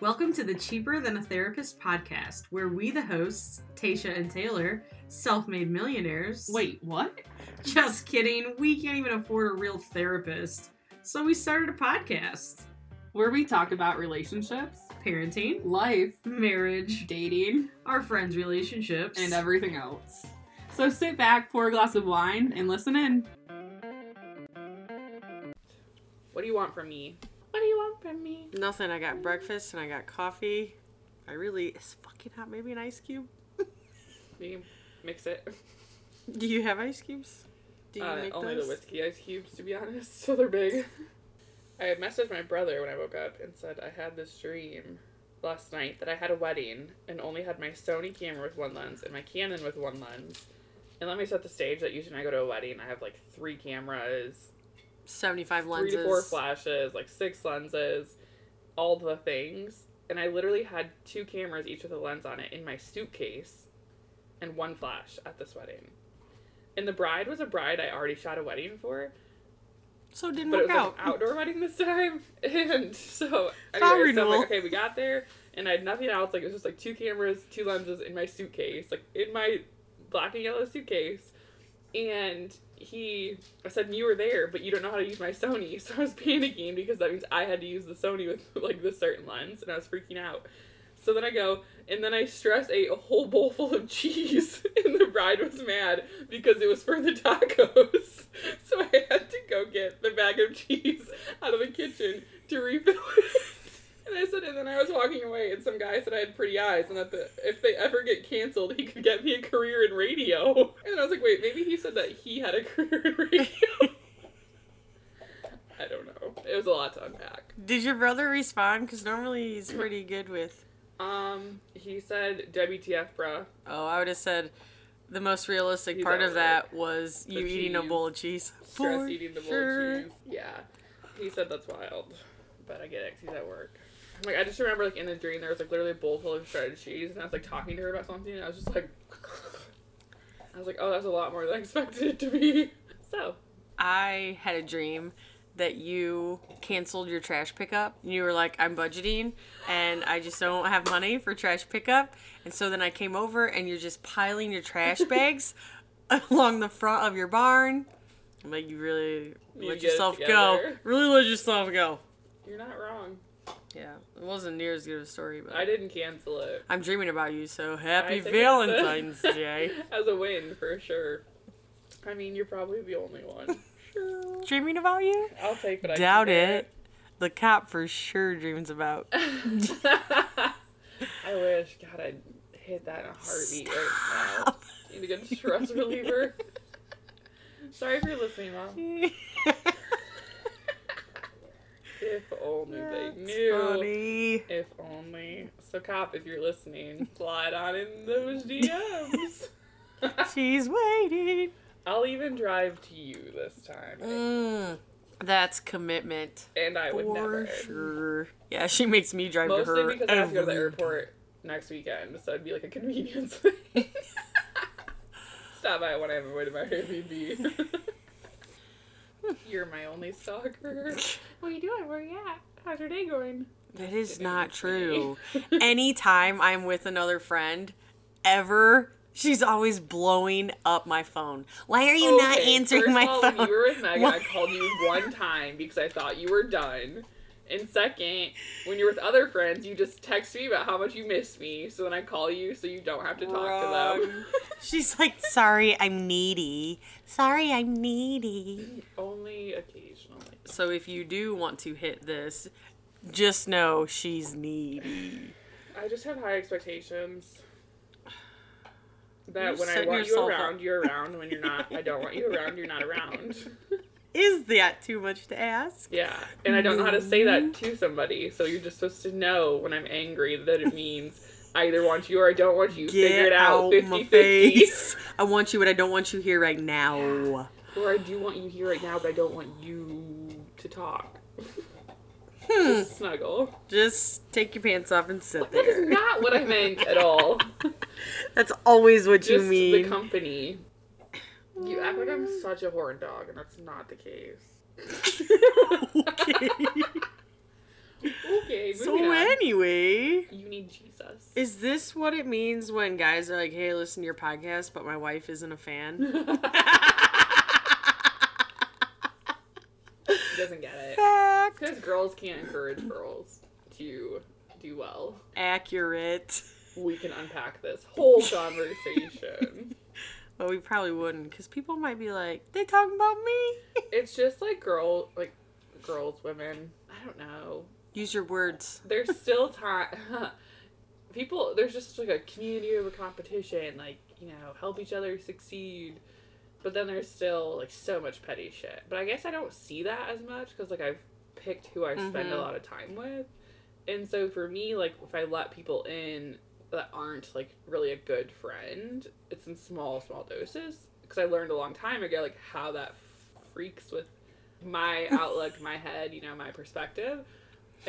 Welcome to the Cheaper Than a Therapist podcast, where we, the hosts, Tasha and Taylor, self made millionaires. Wait, what? Just kidding. We can't even afford a real therapist. So we started a podcast Where we talk about relationships, parenting, life, marriage, dating, our friends' relationships, and everything else. So sit back, pour a glass of wine, and listen in. What do you want from me? What do you want from me? Nothing. I got breakfast and I got coffee. I really it's fucking hot. Maybe an ice cube. You can mix it. Do you have ice cubes? Do you Uh, make only those? the whiskey ice cubes, to be honest. So they're big. I had messaged my brother when I woke up and said I had this dream last night that I had a wedding and only had my Sony camera with one lens and my Canon with one lens. And let me set the stage that usually when I go to a wedding, I have like three cameras, Seventy-five lenses. three to four flashes, like six lenses, all the things. And I literally had two cameras, each with a lens on it, in my suitcase and one flash at this wedding. And the bride was a bride I already shot a wedding for, So it didn't but it work was out. like an outdoor wedding this time. And so, Vow anyway, so I'm renewal. like, okay, we got there, and I had nothing else. Like, it was just like two cameras, two lenses in my suitcase, like in my black and yellow suitcase. And he, I said, you were there, but you don't know how to use my Sony. So I was panicking because that means I had to use the Sony with like this certain lens, and I was freaking out. So then I go, and then I stress ate a whole bowl full of cheese, and the bride was mad because it was for the tacos. So I had to go get the bag of cheese out of the kitchen to refill it. And I said, and then I was walking away, and some guy said I had pretty eyes, and that the, if they ever get canceled, he could get me a career in radio. And I was like, wait, maybe he said that he had a career in radio. I don't know. It was a lot to unpack. Did your brother respond? Because normally he's pretty good with. Um, he said WTF, bruh. Oh, I would have said the most realistic He's part of out, that was you eating a cheese. bowl of cheese. Stress For eating the bowl sure. of cheese. Yeah. He said that's wild. But I get it, 'cause he's at work. I'm like, I just remember, like, in the dream, there was, like, literally a bowl full of shredded cheese, and I was, like, talking to her about something, and I was just like, I was like, oh, that's a lot more than I expected it to be. So, I had a dream that you canceled your trash pickup. You were like, I'm budgeting and I just don't have money for trash pickup. And so then I came over and you're just piling your trash bags along the front of your barn. I'm like, you really You let get it yourself go. together. Really let yourself go. you're not wrong. Yeah, it wasn't near as good of a story, but I didn't cancel it. I'm dreaming about you, so happy I think that's a- Valentine's Day. As a win, for sure. I mean, you're probably the only one. Sure. Dreaming about you? I'll take what I can Doubt get. it. The cop for sure dreams about I wish. God, I'd hit that in a heartbeat right now. Need a good stress reliever. Sorry if you're listening, Mom. If only they knew. funny. If only. So, cop, if you're listening, slide on in those DMs. She's waiting. I'll even drive to you this time. Mm, that's commitment. And I would for never. sure. Yeah, she makes me drive to Mostly her. because I have to go to the every- airport next weekend, so it'd be like a convenience thing. Stop by when I have a way to my Airbnb. You're my only stalker. What are you doing? Where are you at? How's your day going? That is not Today. true. Anytime I'm with another friend, ever, she's always blowing up my phone. Why are you not Okay, answering first my of all, phone? When you were with Megan, I Why- called you one time because I thought you were done. And second, when you're with other friends, you just text me about how much you miss me. So then I call you so you don't have to talk to them. Wrong. She's like, sorry, I'm needy. Sorry, I'm needy. Only occasionally. So if you do want to hit this, just know she's needy. I just have high expectations. That You're when I setting want you yourself around, up. you're around. When you're not, I don't want you around, you're not around. Is that too much to ask? Yeah. And I don't know how to say that Mm-hmm. to somebody. So you're just supposed to know when I'm angry that it means I either want you or I don't want you. Figure it out. 50 50. I want you, but I don't want you here right now. Or I do want you here right now, but I don't want you to talk. Just snuggle. Just take your pants off and sit That is Hmm. there. not what I meant at all. That's always what you Just the mean. company. You act like I'm such a horn dog, and that's not the case. Okay. Okay, So moving on. anyway, You need Jesus. is this what it means when guys are like, "Hey, listen to your podcast," but my wife isn't a fan? He doesn't get it. Fact. Because girls can't encourage girls to do well. Accurate. We can unpack this whole conversation. Well, we probably wouldn't, because people might be like, "They talking about me." it's just like girl, like girls, women. I don't know. Use your words. There's still time. People, there's just like a community over competition. Like you know, help each other succeed. But then there's still like so much petty shit. But I guess I don't see that as much because like I've picked who I spend a Mhm. lot of time with. And so for me, like if I let people in that aren't like really a good friend, it's in small, small doses. Because I learned a long time ago like how that freaks with my outlook, my head, you know, my perspective.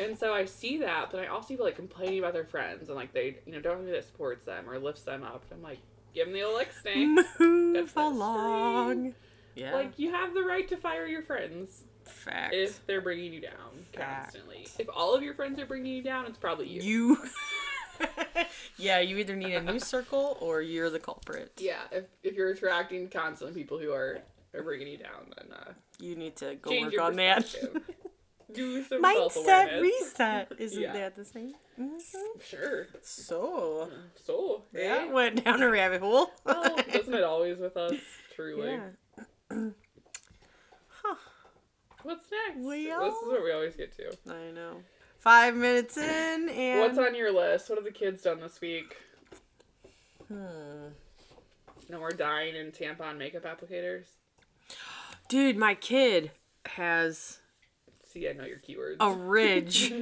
And so I see that, but I also see people like complaining about their friends and like they, you know, don't have anybody that supports them or lifts them up. I'm like, give them the old lick snake. Move That's along. Yeah. Like you have the right to fire your friends fact. if they're bringing you down Fact. constantly. If all of your friends are bringing you down, it's probably you. you. yeah, you either need a new circle or you're the culprit. Yeah, if, if you're attracting constantly people who are, are bringing you down, then uh, You need to go change work your on that. perspective. Do some self Mindset awareness. reset. Isn't Yeah. that the same? Mhm. Sure. So So that eh? went down a rabbit hole. well, isn't it always with us? Truly. Oh, yeah. What's next? Well- This is what we always get to. I know. Five minutes in and What's on your list? What have the kids done this week? Hmm. No more dyeing and tampon makeup applicators. Dude, my kid has See, I know your keywords. a ridge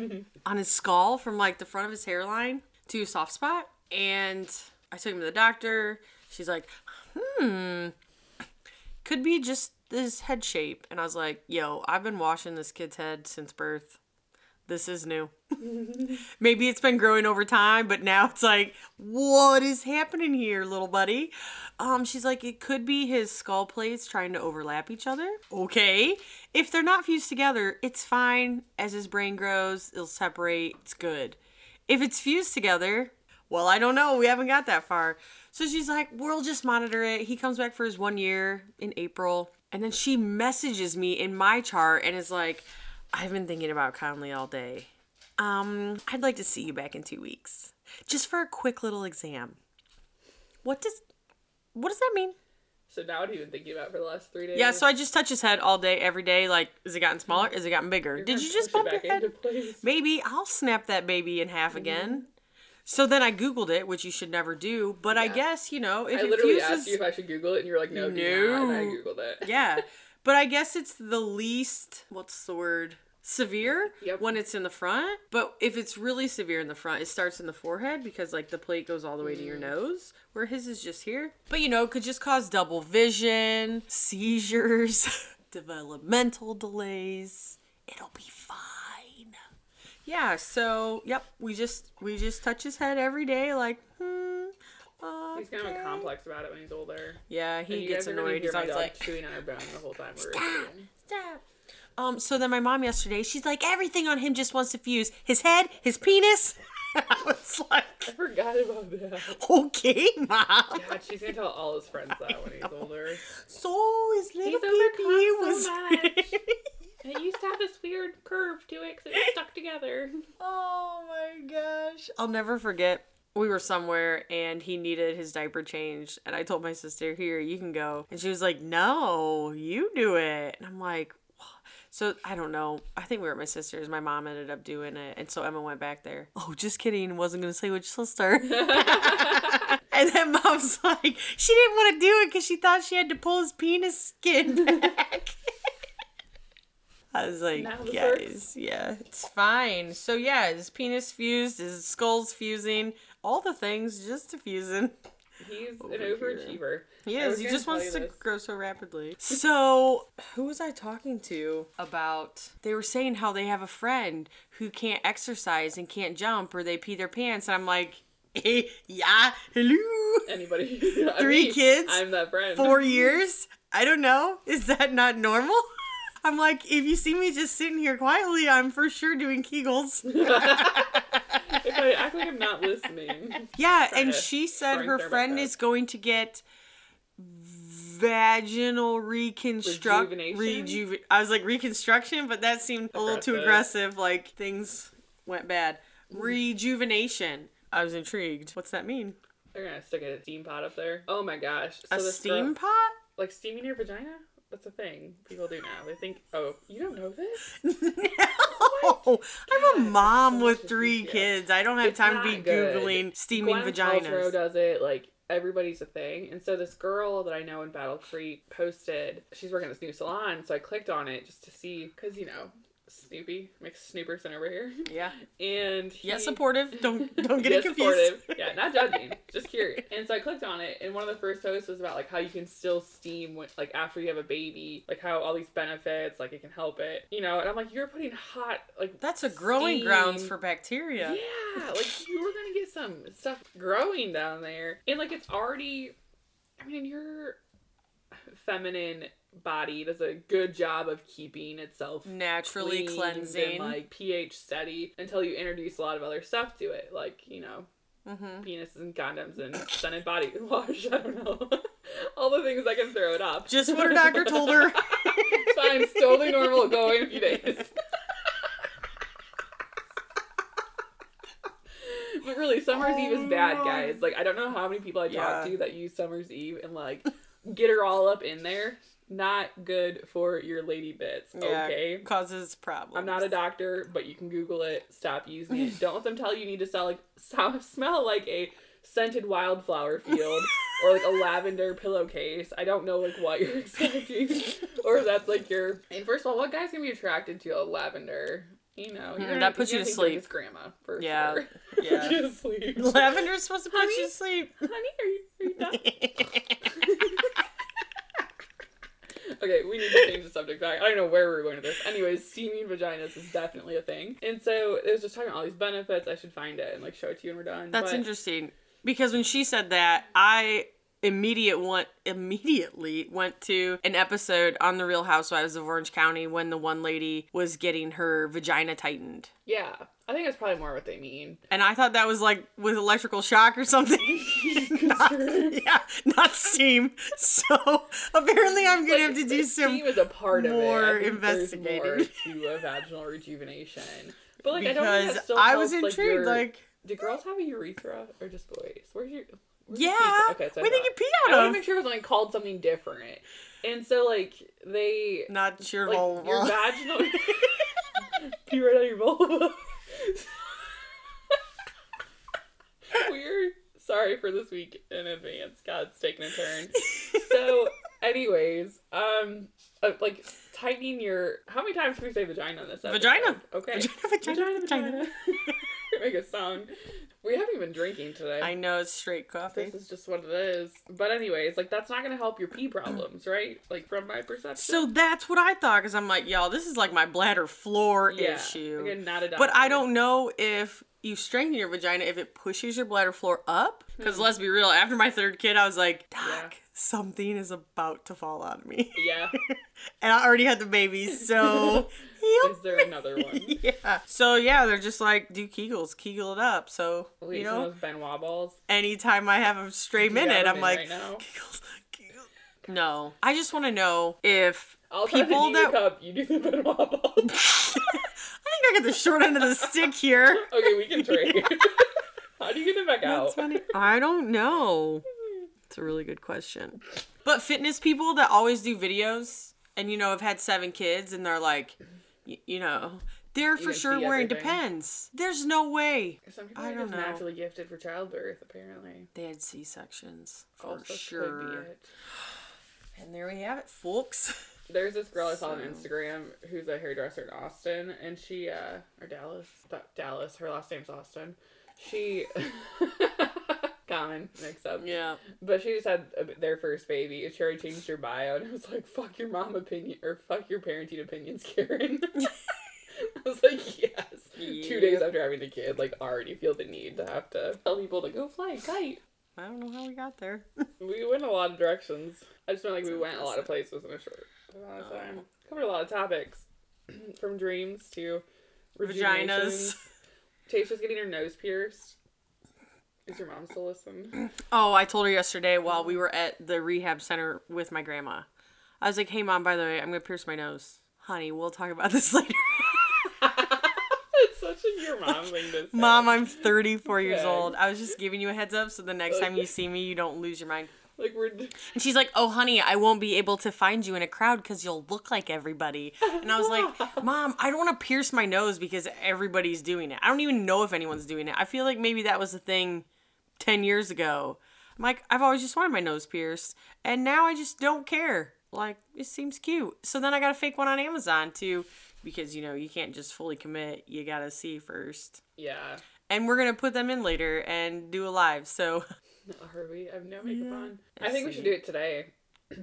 on his skull from like the front of his hairline to a soft spot. And I took him to the doctor. She's like, hmm, could be just this head shape. And I was like, yo, I've been washing this kid's head since birth. This is new. Maybe it's been growing over time, but now it's like, what is happening here, little buddy? Um, she's like, it could be his skull plates trying to overlap each other. Okay. If they're not fused together, it's fine. As his brain grows, it'll separate. It's good. If it's fused together, well, I don't know. We haven't got that far. So she's like, we'll just monitor it. He comes back for his one year in April. And then she messages me in my chart and is like, I've been thinking about Conley all day. Um, I'd like to see you back in two weeks. Just for a quick little exam. What does what does that mean? so now what have you been thinking about for the last three days? Yeah, so I just touch his head all day, every day. Like, is it gotten smaller? Is it gotten bigger? You're Did gonna you just push it bump your back Mm-hmm. into head? place. Maybe I'll snap that baby in half again. So then I Googled it, which you should never do. But I guess you know if I it literally fuses, asked you if I should Google it, and you were like, no, do not. And I No. Googled it. yeah. But I guess it's the least what's the word severe Yep. when it's in the front. But if it's really severe in the front, it starts in the forehead because like the plate goes all the way to Mm. your nose, where his is just here. But you know, it could just cause double vision, seizures, developmental delays. It'll be fine. Yeah, so yep, we just we just touch his head every day like hmm He's kind of okay. a complex about it when he's older. Yeah, he and you gets guys are gonna annoyed. Hear He's my always dog like chewing on our bone the whole time. We're recording. Um, so then my mom yesterday, she's like, everything on him just wants to fuse his head, his penis. I was I like, forgot about that. okay, mom. God, she's gonna tell all his friends that when he's older. So his little He's baby overcome was. so much. And it used to have this weird curve to it because it was stuck together. oh my gosh. I'll never forget. We were somewhere and he needed his diaper changed. And I told my sister, here, you can go. And she was like, no, you do it. And I'm like, So I don't know. I think we were at my sister's. My mom ended up doing it, and so Emma went back there. Oh, just kidding. Wasn't gonna say which sister. and then mom's like, she didn't want to do it because she thought she had to pull his penis skin back. I was like, Now this guys, hurts." yeah, it's fine. So yeah, his penis fused, his skull's fusing, all the things just diffusing. He's Over an here. overachiever. He I was is. He gonna just tell wants you to this. grow so rapidly. So, who was I talking to about? They were saying how they have a friend who can't exercise and can't jump, or they pee their pants, and I'm like, eh, yeah, hello, Anybody. I Three mean, kids? I'm that friend. four years. I don't know. Is that not normal? I'm like, if you see me just sitting here quietly, I'm for sure doing Kegels. If I act like I'm not listening. Yeah, and to she said Brian her Fairbank friend does. is going to get vaginal reconstruct Rejuvenation? rejuve- I was like reconstruction, but that seemed a little too Aggressive. aggressive. Like things went bad. Rejuvenation. I was intrigued. What's that mean? They're gonna stick a steam pot up there. Oh my gosh. So A this steam girl- pot? like steaming your vagina? That's a thing people do now. They think, oh, you don't know this? No. I'm a mom so with much three detail. kids. I don't have It's time to be not good. googling steaming Gwyneth Paltrow vaginas. does it. Like everybody's a thing. And so this girl that I know in Battle Creek posted, she's working at this new salon. So I clicked on it just to see, because you know, Snoopy makes Snooperson over here. Yeah. And he, Yeah, supportive. Don't don't get Yes, it confused. supportive. Yeah, not judging, just curious. And so I clicked on it, and one of the first posts was about like how you can still steam when, like after you have a baby, like how all these benefits, like it can help it, you know. And I'm like, you're putting hot like That's a growing grounds steam- for yeah, bacteria. like you were gonna get some stuff growing down there, and like it's already, I mean, your feminine body does a good job of keeping itself Naturally cleaned cleansing. and like pH steady until you introduce a lot of other stuff to it, like you know mm-hmm. penises and condoms and sun and body wash. I don't know. All the things I can throw it up. Just what her doctor told her. It's fine. It's totally normal. Go away in a few days. but really, Summer's Eve is bad, Oh. guys. Like, I don't know how many people I Yeah. talk to that use Summer's Eve and, like, get her all up in there. Not good for your lady bits, Yeah, okay? causes problems. I'm not a doctor, but you can Google it. Stop using it. Don't let them tell you you need to sell like so- smell like a scented wildflower field or like a lavender pillowcase. I don't know like what you're expecting, or if that's like your. And first of all, what guy's gonna be attracted to a lavender? You know, Mm, you're gonna- that puts you're you gonna to think sleep. It's grandma for Yeah, sure. yeah. Put you to sleep. Lavender's supposed to put you to sleep. Honey, are you, are you done? Okay, we need to change the subject back. I don't know where we were going with this. Anyways, steaming vaginas is definitely a thing. And so it was just talking about all these benefits. I should find it and like show it to you when we're done. That's but interesting because when she said that, I immediate want immediately went to an episode on the Real Housewives of Orange County when the one lady was getting her vagina tightened, Yeah, I think that's probably more what they mean. and I thought that was like with electrical shock or something. not, yeah, not steam. So apparently, I'm gonna have to do Like, some steam is a part of it. I more think there's investigating. more to a vaginal rejuvenation. But like, I don't think because that still I was helps, intrigued. your- Like, do girls have a urethra or just boys? Where's your where's your yeah, penis? so I where they thought. get pee I out want to of? make sure it was like called something different. And so like they Not your like vulva. your vaginal pee right out of your vulva. We're sorry for this week in advance. God's taking a turn. So, anyways, um, uh, like tightening your. How many times can we say vagina in this episode? Vagina. Okay. Vagina, vagina, vagina. Make a song. We haven't even drinking today. I know it's straight coffee. This is just what it is. But anyways, like that's not gonna help your pee problems, right? Like from my perception. So that's what I thought because I'm like, y'all, this is like my bladder floor yeah. issue. Again, not a but doctor. I don't know if you strengthen your vagina if it pushes your bladder floor up. Because let's be real, after my third kid, I was like, Doc, Hmm. Yeah. something is about to fall on me, Yeah. and I already had the baby, so yep. Is there another one? yeah. So yeah, they're just like do Kegels, Kegel it up. So Wait, you some know, of those Benoit balls. anytime I have a stray You got minute, them I'm in like, right now. Kegels, Kegel. No, I just want to know if I'll people people try to that- that cup. You do the Benoit balls. I think I got the short end of the stick here. okay, we can trade. How do you get them back out? That's funny. I don't know. It's a really good question. But fitness people that always do videos and you know have had seven kids and they're like, y- you know, they're for can sure see wearing everything. depends. There's no way Some people I are don't just know. naturally gifted for childbirth, apparently. they had C sections for Also Oh, could be sure. it. And there we have it, folks. There's this girl I saw on So- Instagram who's a hairdresser in Austin, and she uh or Dallas, Th- Dallas. Her last name's Austin. She common mix up. Yeah. But she just had a, their first baby. and She already changed her bio, and I was like, "Fuck your mom opinion or fuck your parenting opinions, Karen." I was like, "Yes." Two days Yep. after having the kid, like already feel the need to have to tell people to go fly a kite. I don't know how we got there. Oh. We went a lot of directions. I just meant like we went a lot of places in a short amount of time. 'Cause covered a lot of topics from dreams to Vaginas. rejuvenations. Tasha's getting her nose pierced. Is your mom still listening? Oh, I told her yesterday while we were at the rehab center with my grandma. I was like, hey, mom, by the way, I'm going to pierce my nose. Honey, we'll talk about this later. it's such a your mom thing to say. Mom, I'm 34 years Okay. old. I was just giving you a heads up so the next time you Okay. see me, you don't lose your mind. like we're And she's like, "Oh, honey, I won't be able to find you in a crowd because you'll look like everybody." And I was like, "Mom, I don't want to pierce my nose because everybody's doing it. I don't even know if anyone's doing it. I feel like maybe that was a thing ten years ago. I'm like, I've always just wanted my nose pierced, and now I just don't care. Like, it seems cute. So then I got a fake one on Amazon too, because you know you can't just fully commit. You gotta see first. yeah. And we're gonna put them in later and do a live. So Are we? I have no makeup on. I Let's think we see. should do it today.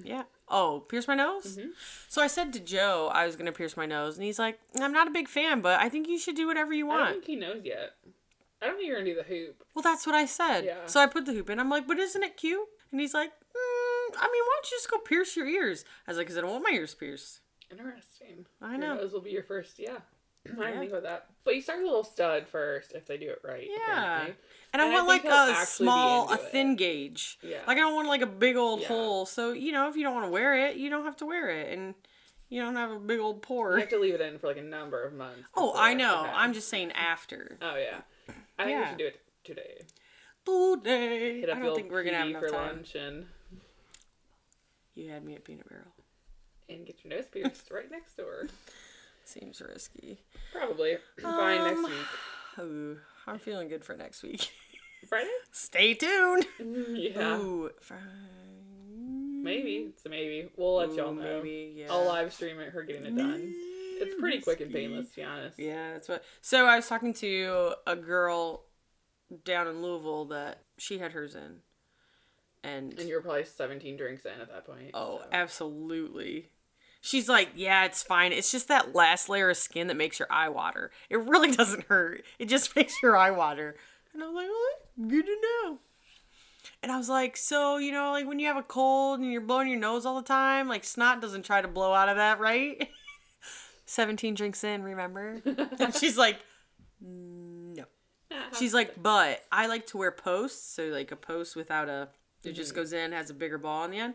Yeah. Oh, pierce my nose? Mm-hmm. So I said to Joe I was going to pierce my nose, and he's like, I'm not a big fan, but I think you should do whatever you I don't want. think he knows yet. I don't think you're gonna do the hoop. Well, that's what I said. Yeah. So I put the hoop in. I'm like, but isn't it cute? And he's like, mm, I mean, why don't you just go pierce your ears? I was like, because I don't want my ears pierced. Interesting. I Your know. nose will be your first. Yeah. I didn't Yeah. think about that. But you start with a little stud first if they do it right. Yeah. apparently. And And, I I want like think he'll a actually be small, a into it. thin gauge. Yeah. Like I don't want like a big old Yeah. hole. So you know, if you don't want to wear it, you don't have to wear it, and you don't have a big old You pore. have to leave it in for like a number of months. Oh, before I it know. happens. I'm just saying after. Oh yeah. I think we Yeah. should do it today. Today. Hit up I the don't old think we're gonna have PD enough for time. lunch and You had me at Peanut Barrel. and get your nose pierced right next door. Seems risky. Probably. By next Um, week. Ooh, I'm feeling good for next week. Friday? Stay tuned. yeah. Ooh, fri- Maybe. It's a maybe. We'll let y'all Ooh, know. Maybe, yeah. I'll live stream it, her getting it done. It's pretty quick and Risky. painless, to be honest. Yeah, that's what. So I was talking to a girl down in Louisville that she had hers in, and, And you're probably 17 drinks in at that point. oh, so. absolutely. She's like, yeah, it's fine. It's just that last layer of skin that makes your eye water. It really doesn't hurt. It just makes your eye water. And I was like, well, that's good to know. And I was like, so, you know, like when you have a cold and you're blowing your nose all the time, like snot doesn't try to blow out of that, right? 17 drinks in, remember? and she's like, no. She's like, but I like to wear posts. So, like a post without a, it just goes in, has a bigger ball on the end.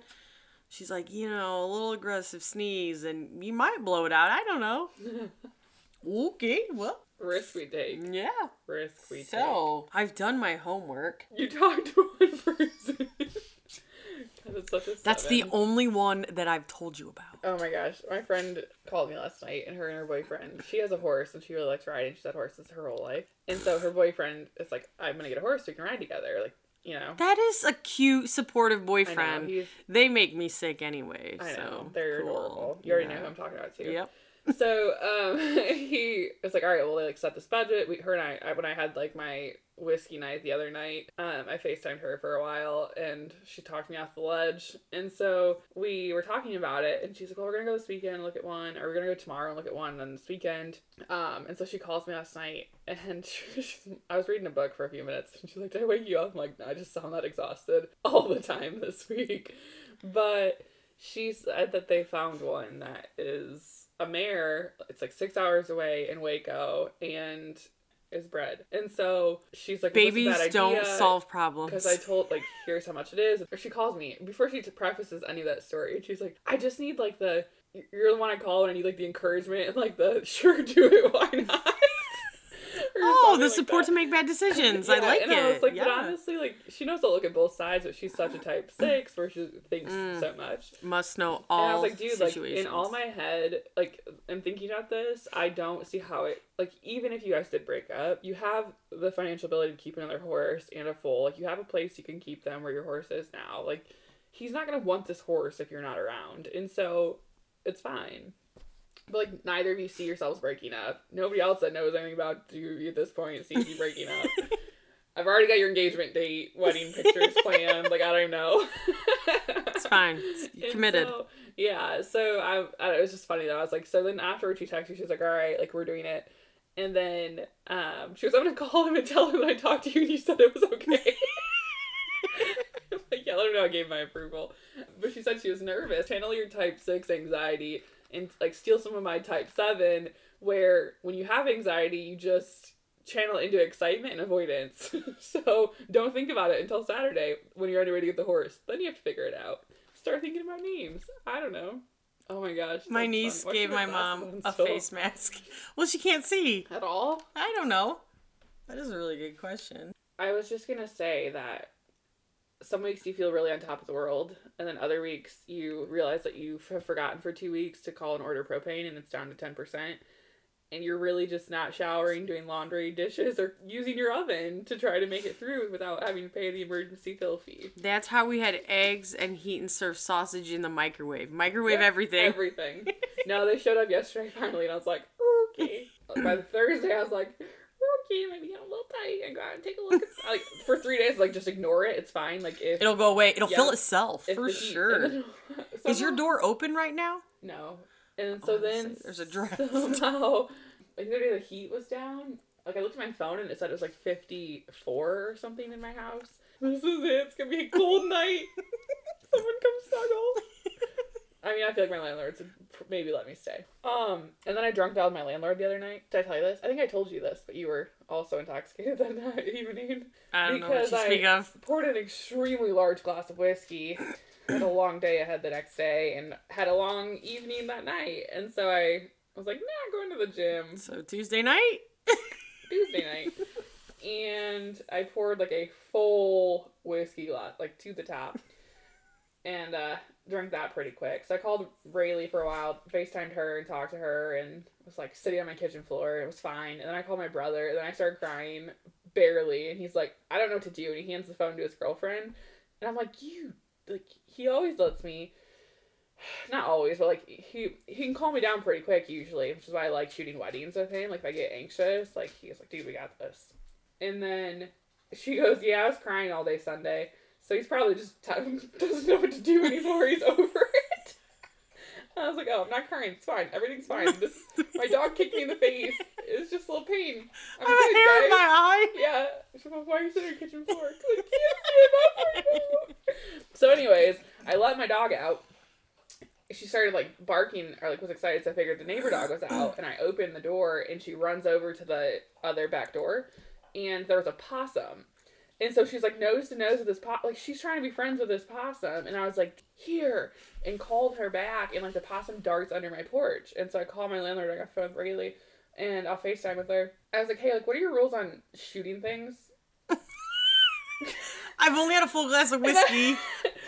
She's like, you know, a little aggressive sneeze and you might blow it out. I don't know. okay, well, risk we take. yeah. Risk we So, I've done my homework. take. You talked to one person. God, it's such a That's the seven. only one that I've told you about. Oh my gosh, my friend called me last night, and her and her boyfriend. She has a horse, and she really likes riding. She's had horses her whole life, and so her boyfriend is like, "I'm gonna get a horse. We can ride together." Like, you know, That is a cute, supportive I boyfriend. know he's. They make me sick anyway. I know so they're cool. adorable. You already know Yeah. who I'm talking about too. Yep. so um he was like all right well they like set this budget we her and I, I when i had like my whiskey night the other night um i facetimed her for a while and she talked me off the ledge and so we were talking about it and she's like well we're gonna go this weekend and look at one or we're gonna go tomorrow and look at one and then this weekend um and so she calls me last night and she, i was reading a book for a few minutes and she's like did i wake you up i'm like no i just sound that exhausted all the time this week but she said that they found one that is a mare. It's like six hours away in Waco and is bred. And so she's like, this is a Babies bad don't idea, solve problems. Because I told, like, here's how much it is. Or she calls me before she prefaces any of that story. She's like, I just need, like, the, you're the one I call and I need, like, the encouragement and, like, the, sure, do it, why not? Or oh, something the like support that. to make bad decisions. I Yeah, like and it. I was like, yeah. but honestly, like, she knows to look at both sides, but she's such a type six where she thinks Mm. so much. Must know And all I was like, dude, situations. like in all my head, like I'm thinking about this, I don't see how it like even if you guys did break up, you have the financial ability to keep another horse and a foal. Like you have a place you can keep them where your horse is now. Like he's not gonna want this horse if you're not around. And so it's fine. But like neither of you see yourselves breaking up. Nobody else that knows anything about you at this point sees you breaking up. I've already got your engagement date, wedding pictures planned. Like I don't even know. it's fine. It's And committed. so- yeah. So I, I don't know, it was just funny though. I was like, so then afterwards she texted, me, she was like, all right, like we're doing it. And then um, she was, I'm gonna call him and tell him that I talked to you and you said it was okay. I'm like, yeah, let him know I gave my approval. But she said she was nervous. Handle your type six anxiety and like steal some of my type seven, where when you have anxiety, you just channel it into excitement and avoidance. so don't think about it until Saturday when you're ready to get the horse. Then you have to figure it out. Start thinking about names. I don't know. Oh my gosh. My that's niece fun. Why gave should my that mom last a until- face mask. Well, she can't see. at all. I don't know. That is a really good question. I was just gonna say that some weeks you feel really on top of the world, and then other weeks you realize that you have forgotten for two weeks to call and order propane, and it's down to ten percent, and you're really just not showering, doing laundry, dishes, or using your oven to try to make it through without having to pay the emergency fill fee. That's how we had eggs and heat and serve sausage in the microwave. Microwave Yeah, everything. Everything. no, they showed up yesterday finally, and I was like, okay. By Thursday, I was like, okay, maybe get a little tight. I gotta take a look. At like for three days, like just ignore it. It's fine. Like if It'll go away. It'll Yeah. fill itself if for the heat- sure. and then- Is your somehow- door open right now? No. And Oh, so I was then like, there's a draft. Somehow, like the other day the heat was down. Like I looked at my phone and it said it was like 54 or something in my house. This is it. It's gonna be a cold night. Someone come snuggle. I mean, I feel like my landlord's pr- maybe let me stay. Um, and then I drunk dialed my landlord the other night. Did I tell you this? I think I told you this, but you were also intoxicated that night evening I don't know what Because you I- speak of. poured an extremely large glass of whiskey. had a long day ahead the next day and had a long evening that night. And so I was like, nah, I'm going to the gym So Tuesday night. Tuesday night. And I poured like a full whiskey glass, like to the top, and uh, drank that pretty quick. So I called Rayleigh for a while, FaceTimed her and talked to her, and was like sitting on my kitchen floor. It was fine. And then I called my brother, and then I started crying barely. And he's like, I don't know what to do. And he hands the phone to his girlfriend. And I'm like, you, like, he always lets me. Not always, but like he he can calm me down pretty quick usually, which is why I like shooting weddings with him. Like if I get anxious, like he's like, "Dude, we got this." And then she goes, "Yeah, I was crying all day Sunday, so he's probably just t- doesn't know what to do anymore. He's over it." I was like, "Oh, I'm not crying. It's fine. Everything's fine. This my dog kicked me in the face. It's just a little pain. I'm I have a good, hair guys." in my eye. Yeah. She's like, why are you sitting on the kitchen floor? 'Cause I can't see it up right now." so, anyways, I let my dog out. She started like barking or like was excited, so I figured the neighbor dog was out. And I opened the door and she runs over to the other back door and there was a possum. And so she's like nose to nose with this possum. Like she's trying to be friends with this possum. And I was like, here. And called her back. And like the possum darts under my porch. And so I called my landlord. I got phone with Rayleigh. And I'll FaceTime with her. I was like, hey, like, what are your rules on shooting things? I've only had a full glass of whiskey.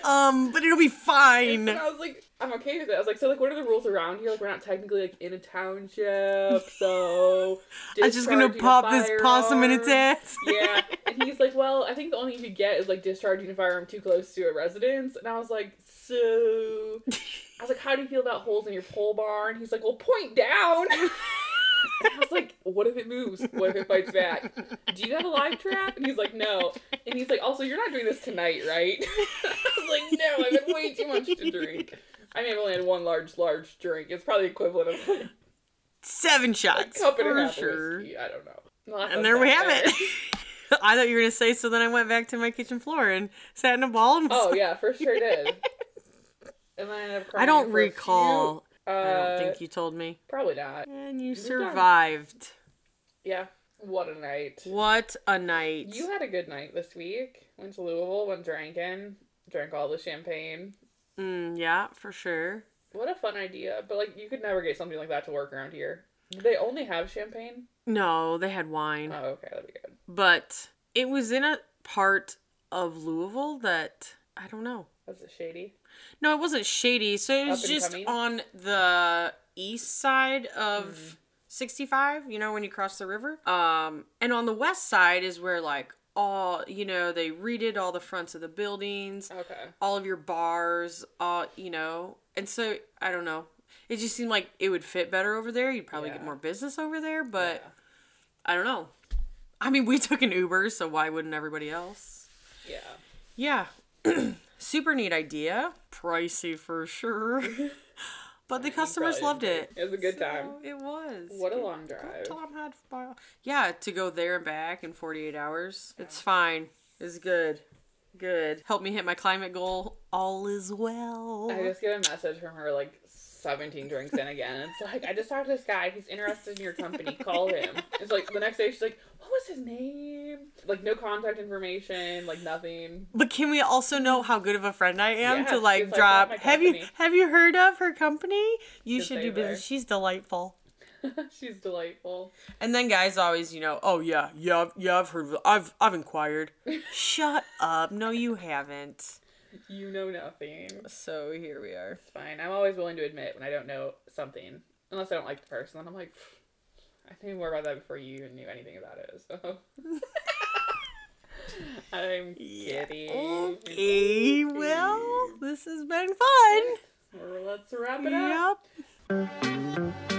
um, but it'll be fine. And I was like, I'm okay with it. I was like, so like, what are the rules around here? Like, we're not technically like in a township, so I'm just gonna discharging a pop this possum in its firearm. ass. yeah. And he's like, Well, I think the only thing you could get is like discharging a firearm too close to a residence. And I was like, So I was like, How do you feel about holes in your pole barn? He's like, Well, point down. and I was like, What if it moves? What if it fights back? Do you have a live trap? And he's like, No. And he's like, Also, you're not doing this tonight, right? I was like, No, I've had way too much to drink. I mean, I've only had one large, large drink. It's probably equivalent of like, Seven a shots cup and a for half of sure. whiskey. I don't know. Well, that And sounds there we not have fair. it. I thought you were gonna say. So then I went back to my kitchen floor and sat in a ball. And was Oh like, yeah, for sure did. And then I ended up I crying for don't a recall. few- I uh, don't think you told me. Probably not. And you done. survived. Yeah. What a night. What a night! You had a good night this week. Went to Louisville, went drinking, drank all the champagne. Mm, yeah, for sure. What a fun idea. But like you could never get something like that to work around here. Do They only have champagne? No, they had wine, Oh, okay, that'd be good. but it was in a part of Louisville that I don't know. That's a shady. No, it wasn't shady. So it was Up and just coming? on the east side of 65, you know, when you cross the river. Um, and on the west side is where, like, all, you know, they redid all the fronts of the buildings, Okay. all of your bars, all, you know. And so, I don't know. It just seemed like it would fit better over there. You'd probably get Yeah. more business over there, but Yeah. I don't know. I mean, we took an Uber, so why wouldn't everybody else? Yeah. Yeah. Super neat idea. Pricey for sure. but the customers probably loved it. It was a good time. So It was. What a Good- long good drive. Tom had fi- Yeah, to go there and back in 48 hours. It's fine. It's good. Good. Help me hit my climate goal. All is well. Uh-huh. I just get a message from her like 17 drinks in again. It's like, I just talked to this guy. He's interested in your company. Call him. It's like the next day she's like, what was his name? Like no contact information, like nothing. But can we also know how good of a friend I am Yeah, to like it's like, drop? not my have you company. have you heard of her company? You Just should say do business. there. She's delightful. she's delightful. And then guys always, you know, oh yeah, yeah, I've- yeah. I've heard. Of, I've I've inquired. Shut up. No, you haven't. You know nothing. It's So here we are. fine. I'm always willing to admit when I don't know something, unless I don't like the person. Then I'm like, I knew more about that before you even knew anything about it. So. I'm kidding. Okay. Well, this has been fun. Well, let's wrap it up. Yep.